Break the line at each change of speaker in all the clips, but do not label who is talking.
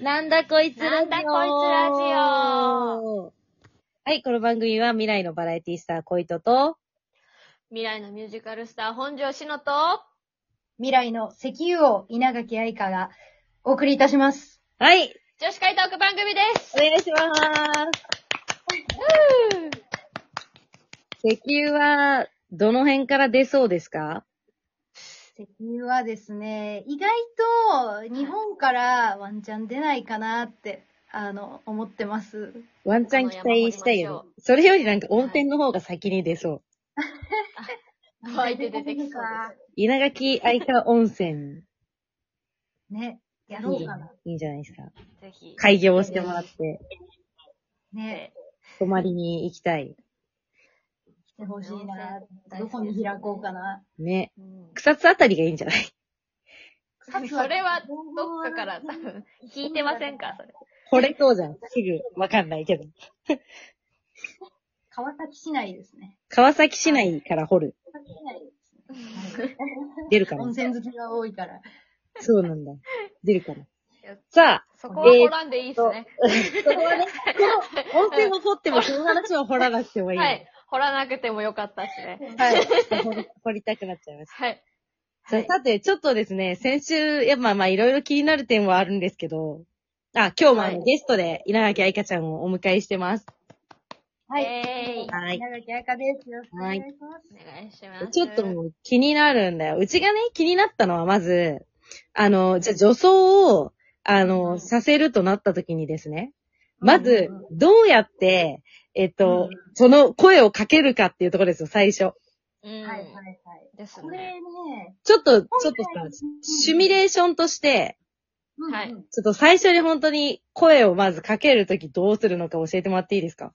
なんだこいつラジオ
なんだこいつラジオ
はい、この番組は未来のバラエティスター、コイトと、
未来のミュージカルスター、本庄しのと、
未来の石油王、稲垣愛香がお送りいたします。
はい、
女子会トーク番組です。
お願いします。石油は、どの辺から出そうですか
石油はですね、意外と日本からワンチャン出ないかなって、あの、思ってます。
ワンチャン期待したいよね。それよりなんか温泉の方が先に出そう。
湧いて出てきそうです。
稲垣愛花温泉。
ね、やろ
いいうじ
か
ゃな
な。
いいじゃないですか。
ぜひ。
開業してもらって、
ね、
泊まりに行きたい。
来てほしいな。
温泉
どこに開こうかな。
ね。
うん
草津あたりがいいんじゃない
それは、どっかから、多分、聞いてませんかそれ。
惚れそうじゃん。すぐ、わかんないけど。
川崎市内ですね。
川崎市内から掘る。
川崎市内ですね。
出るか
温
な
泉好きが多いから。
そうなんだ。出るかな
や。
さあ、
そこは掘らんでいいっすね。
そこはね、この温泉を掘っても、その話は掘らなくてもいい。
はい。。掘らなくてもよかったっすね。
はい。掘り掘りたくなっちゃいました。
はい。
さあさて、ちょっとですね、先週、いやまあまあいろいろ気になる点はあるんですけど、あ、今日もあの
はい
ゲストで稲垣愛香ちゃんをお迎えしてます。
はい。
えー
はい
稲垣愛香です。よろしくお願いします。
お願いします。
ちょっともう気になるんだよ。うちがね、気になったのはまず、あの、じゃあ女装を、あ
う
の、
ん
させるとなった時にですね、まず
うんうん、
どうやって、えっと、その声をかけるかっていうところですよ、最初。
うん。
はいはいはい。
です
これ
ね。
ね、
ちょっと、ちょっと
今回
さ、シミュレーションとして、
うんうん
はい
ちょっと最初に本当に声をまずかけるときどうするのか教えてもらっていいですか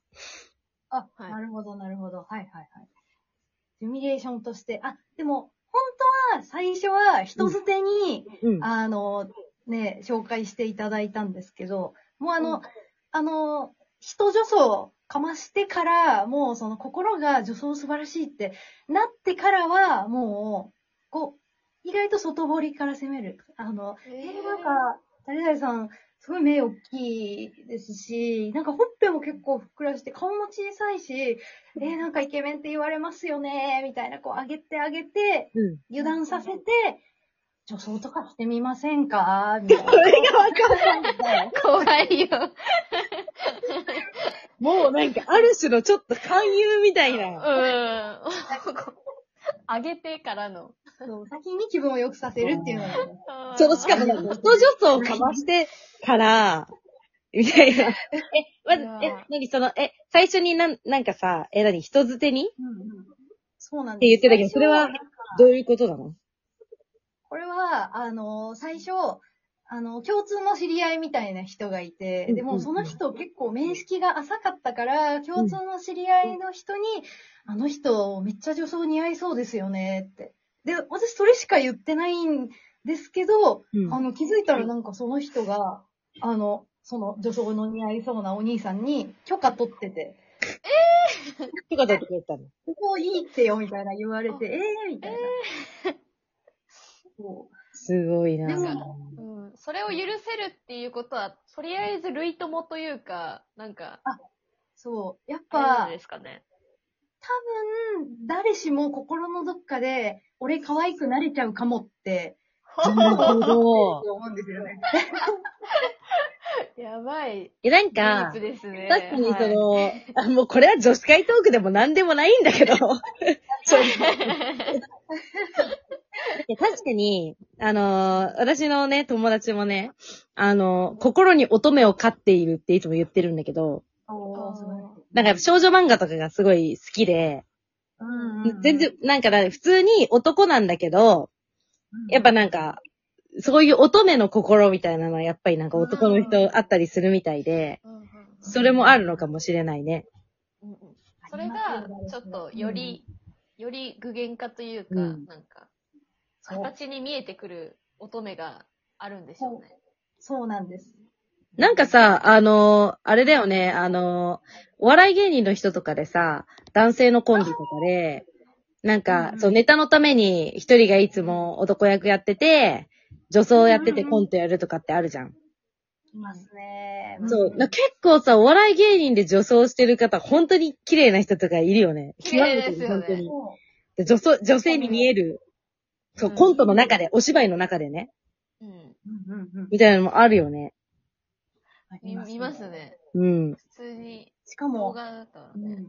あ、
はい
なるほど、なるほど。はいはいはい。シミュレーションとして。あ、でも、本当は、最初は、人捨てに、
うん。
あの、ね、紹介していただいたんですけど、もうあの、
うん
あの、人女装かましてから、もうその心が女装素晴らしいってなってからは、もう、こう、意外と外堀から攻める。あの、
え
えーなんか、誰々さん、すごい目大きいですし、なんかほっぺも結構ふっくらして、顔も小さいし、えーなんかイケメンって言われますよね、みたいな、こう上げて上げて、
うん。
油断させて、女装とかしてみませんかみたいな。
怖いよ。
もうなんか、ある種のちょっと勧誘みたいうな。
ん。あげてからの。
そう先に気分を良くさせるっていうのが、ね、
ちょっとしかもなんか、人女装をかましてから、みたいな。え、まず
うわ、
え、なにその、え、最初になん、なんかさ、え、なに人捨てに
そうなん
って
で
言っ
す。
てたけど、それは、どういうことなの
これは、あの、最初、あの、共通の知り合いみたいな人がいて、
うん
でもその人結構面識が浅かったから、共通の知り合いの人に、あの人めっちゃ女装似合いそうですよねって。で、私それしか言ってないんですけど、
うん
あの、気づいたらなんかその人が、あの、その女装の似合いそうなお兄さんに許可取ってて、
とかだって言ったの。
ここいいってよみたいな言われて、ええー、みたいな。そう
すごいな
で
ぁ
も
うんそれを許せるっていうことは、とりあえず類友というか、なんか、
そう。やっ
あれな
ぱ
ん、ですかね。
多分、誰しも心のどっかで、俺可愛くなれちゃうかもって、
なるほど。
思うんですよね。
やばい。
え、なん
ディー
か
プ、ですね。
確かにそ
はい
の、あもうこれは女子会トークでも何でも ないんだけど。そう いや確かに、あのー私のね、友達もね、あのー心に乙女を飼っているっていつも言ってるんだけど、
お
ー素晴らし
なんかやっぱ少女漫画とかがすごい好きで、
うんうん、
全然、なんかだ普通に男なんだけど、やっぱなんか、そういう乙女の心みたいなのはやっぱりなんか男の人あったりするみたいで、
うんうん
それもあるのかもしれないね。
うんうんそれが、ちょっと、より、より具現化というか、
うん
なんか、
そう、
形に見えてくる乙女があるんでしょうね。
そうなんです。
なんかさ、あのーあれだよね、あのーお笑い芸人の人とかでさ、男性のコンビとかで、なんか、
うんうん
そう、ネタのために一人がいつも男役やってて、女装やってて
うんうん
コントやるとかってあるじゃん。
きますね。
うん
そう。な結構さ、お笑い芸人で女装してる方、本当に綺麗な人とかいるよね。
綺麗ですよね
極めてる本当
そ
にで女装、女性に見える。そう、コントの中で、お芝居の中でね。
うん。
う。うんうんうん。
みたいなのもあるよね。
あり
見見ます。ね。
うん。
普通に、
しか
動
も、
画だったら
う
ね。
ん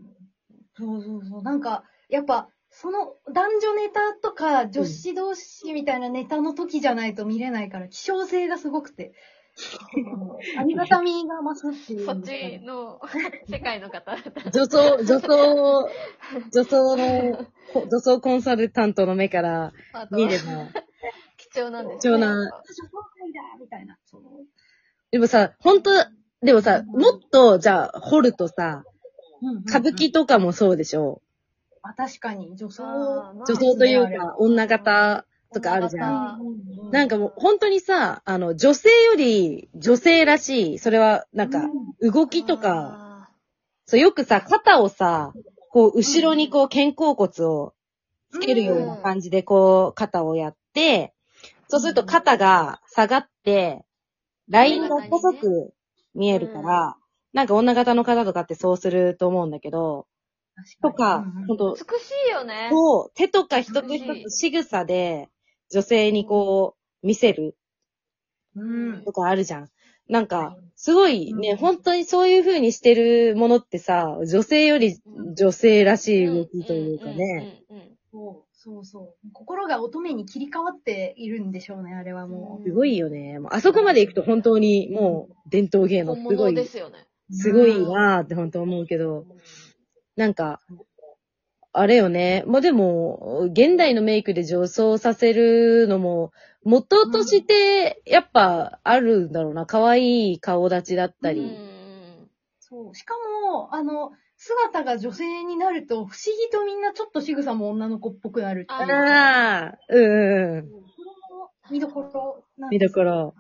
そうそうそう。なんか、やっぱ、その男女ネタとか女子同士みたいなネタの時じゃないと見れないから、希少性がすごくて。ありがたみが増すっていう。
そっちの 世界の方だったら。
女装、女装、女装の、こ女装コンサルタントの目から
あと
見
は
れば。
貴重なんですね
貴重な
私はそうなんだみたいな。そう。
でもさ、本当でもさ、もっと、じゃあ、掘るとさ、
うんうんうん
歌舞。伎とかもそうでしょ。
あ、確かに、女装。
あーまあ
女装というか、女型とかあるじゃん。
あ
うんうんうん
なんかもう本当にさ、あの、女性より女性らしい、それはなんか
うん、
動きとか、。そうよくさ、肩をさ、こう、後ろにこう、肩甲骨をつけるような感じでこう、肩をやって、そうすると肩が下がって、ラインが細く見えるから、なんか女型の方とかってそうすると思うんだけど、と
確か
か
にうんうん、
本
美
当
しいよね。
こう、手とか一つ一つ仕草で、女性にこう、見せる
うん。
とかあるじゃん。なんか
は、
すごいね、
うん
本当にそういう風にしてるものってさ、女性より女性らしい動きというかね。
うん。うんうんうん
そうそうそう。心が乙女に切り替わっているんでしょうね、あれはも
うん
すごいよね。もうあそこまで行くと本当にもう伝統芸能
本
すご
物で
い、
すよね。
う。
すごい
うん
なーって本当思うけど、なんか、あれよね。まあ、でも、現代のメイクで女装させるのも、元として、やっぱ、あるんだろうな。可愛い顔立ちだった
う
り。
ん。
そう。しかも、あの、姿が女性になると、不思議とみんなちょっと仕草も女の子っぽくなるっていうか。
ああ、うんうんうん。
これも見どころなん
見
で
ど
す
ころ。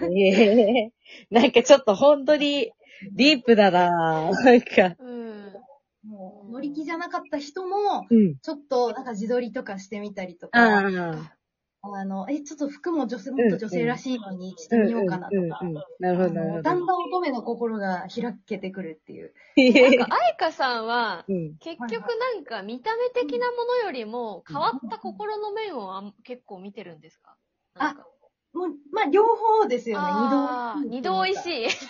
へ
ええなんかちょっと本当にディープだななんか。
ーうん。
もう乗り気じゃなかった人も、
うん。
ちょっとなんか自撮りとかしてみたりとか、あ
ああ。
の、え、ちょっと服も女性、もっと女性らしいのにして
うん
みようかなとか。
うんうんなるほ
あ
ど、なる
の
ほ
だん
ど。
だん乙女の心が開けてくるっていう。
なんか、愛花さんは、
うん。
結局なんか見た目的なものよりも変わった心の面をあん結構見てるんですかなんか
もう、まあ、両方ですよね。
あー
二
二
度
度
お
お
い
い
しい
しい。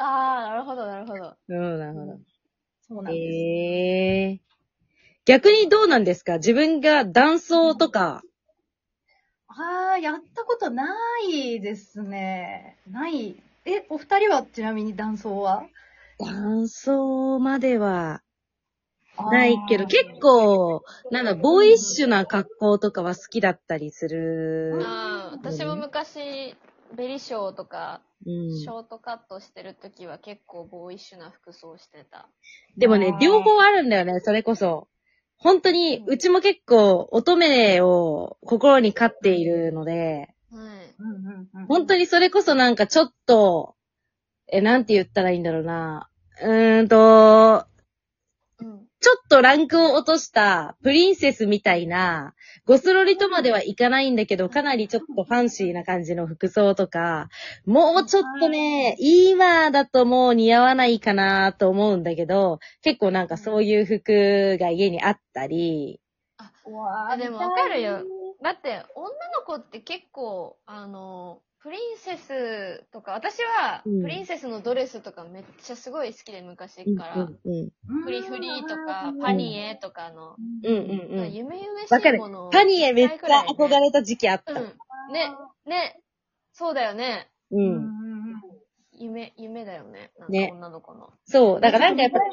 ああ、なるほど、なるほど。
なるほど、なるほ
そう
ど。
なんです。
ええ逆にどうなんですか自分が断層とか、
ああ、やったことないですね。ない。え、お二人はちなみに断層は
断層まではないけど、結
構。
構、なんだ、ボーイッシュな格好とかは好きだったりする。
ああ、私も昔、ベリショーとか、
うん、
ショートカットしてる時は結構ボーイッシュな服装してた。
でもね
あ、ー
両方あるんだよね、それこそ。本当に、うちも結構、乙女を心に飼っているので、
はい。
うんうんうん。
本当にそれこそなんかちょっと、え、なんて言ったらいいんだろうな。うーんと、
うん。
ちょっとランクを落としたプリンセスみたいな、ゴスロリとまではいかないんだけど、かなりちょっとファンシーな感じの服装とか、もうちょっとね、今だともう似合わないかなと思うんだけど、結構なんかそういう服が家にあったり、
うわー
あでもわかるよ。だって、女の子って結構、あの、プリンセスとか、私は、
うん
プリンセスのドレスとかめっちゃすごい好きで、昔
うん
から。
うんうん
フリフリとか、
うん
パニエとかの、
うんうんうん。
夢々
わか
しい
る
ものを。
パニエめっちゃ憧
れ
れた時期あっ
う
た。
ん。ね、ね、そうだよね。
う。
うんんうん。
夢、夢だよね。なん
ね
か女の子の。
そう。だからなんかやっぱ、
ぱ、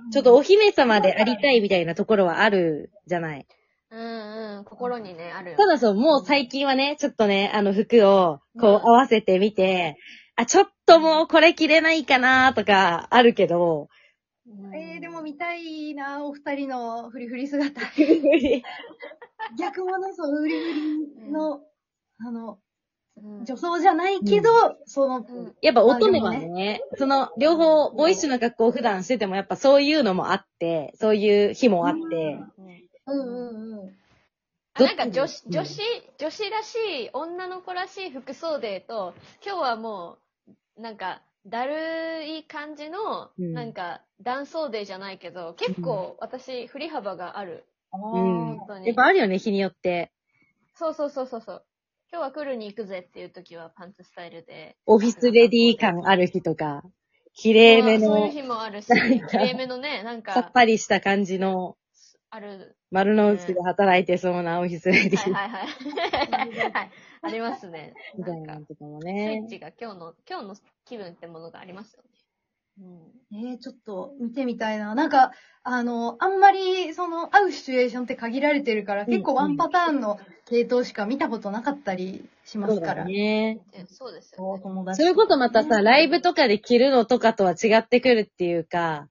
うん。ちょっとお姫様でありたいみたいなところはあるじゃない。
うんうん、心にね、あるよ
ただそう、もう最近はね、ちょっとね、あの服を、こう
うん
合わせてみて、あ、ちょっともうこれ着れないかなとか、あるけ ど、
うん
えー、でも見たいな、お二人のフリフリ姿。 逆もの、そう、フリフリの、あの、
うん
女装じゃないけど、その、
うん
やっぱ乙女はね、その、両方、ボーイッシュな格好を普段してても、やっぱそういうのもあって、そういう日もあって、
うん
うんうんうん。
あなんか女子、
うん
女子、女子らしい、女の子らしい服装デーと、今日はもう、なんか、だるい感じの、
うん
なんか、男装デーじゃないけど、結構私、振り幅がある。
あ
うん
本当
やっ
に
ぱ。あるよね、日によって。
そうそうそうそうそう。今日は来るに行くぜっていう時はパンツスタイルで。
オフィスレディー感ある日とか、綺麗め
まあそういう
の、
日もあるし、
なん
綺
か
麗めのね、なん
さっ
か、
ぱりした感じの、
ある。
丸の内で働いてそうなオフィスレディ
は
ー
いはいはい。 はい。ありますね。
みたい
な
なんの
か、
とかも
スイ
ね
ッ。チが今日の、今日の気分ってものがありますよね。うん。
えー、ちょっと見てみたいな。なんか、あの、あんまり、その、会うシチュエーションって限られてるから、
ん
結構ワンパターンの系統しか見たことなかったりしま
そう
すか
だ
ら。
ね。
えそうですよ
お
ね。
友達
それこそまたさ、ライブとかで着るのとかとは違ってくるっていうか、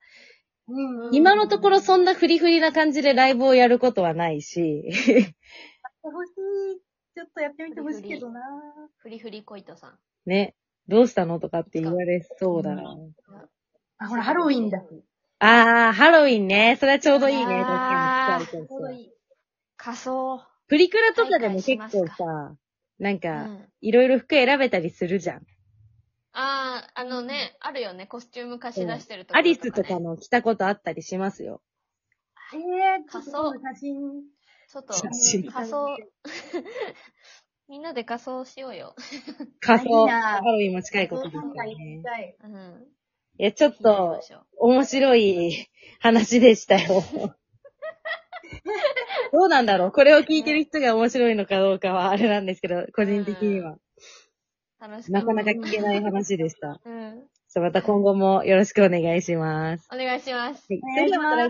うんうん
今のところそんなフリフリな感じでライブをやることはないし、
欲しい。ちょっとやってみてほしいけどな。
フリフリコイトさん。
ね、どうしたのとかって言われそうだな。
あ、ほら、ハロウィンだ。
あー、ハロウィンね。それはちょうどいいね。
あー
確かに近い
ちょう
感
ど
じ。
いい。
仮装。
プリクラとかでも結
再開し
構
ますか
さ、なん
う
か、
ん。
いろいろ服選べたりするじゃん。
ああ、あのね、あるよね。コスチューム貸し出してるとこ
ア
ろ
リ
ね
スとかの着たことあったりしますよ。
えー、ちょっ
仮想
と今度写真。
ちょっ
写
と、
真
仮装。 みんなで仮装しようよ。
仮
あい
装。
いな
ハロウィンも近いこと
そう
です
な
よ
んか行
ね
き。たい。
うん。
いや、ちょっと、面白い話でしたよ。どうなんだろうこれを聞いてる人が面白いのかどうかはあれなんですけど、個人的には。
楽しく。
なかなか聞けない話でした。
うん。
じゃあまた今後もよろしくお願いします。
お願いします。
はい
お願いします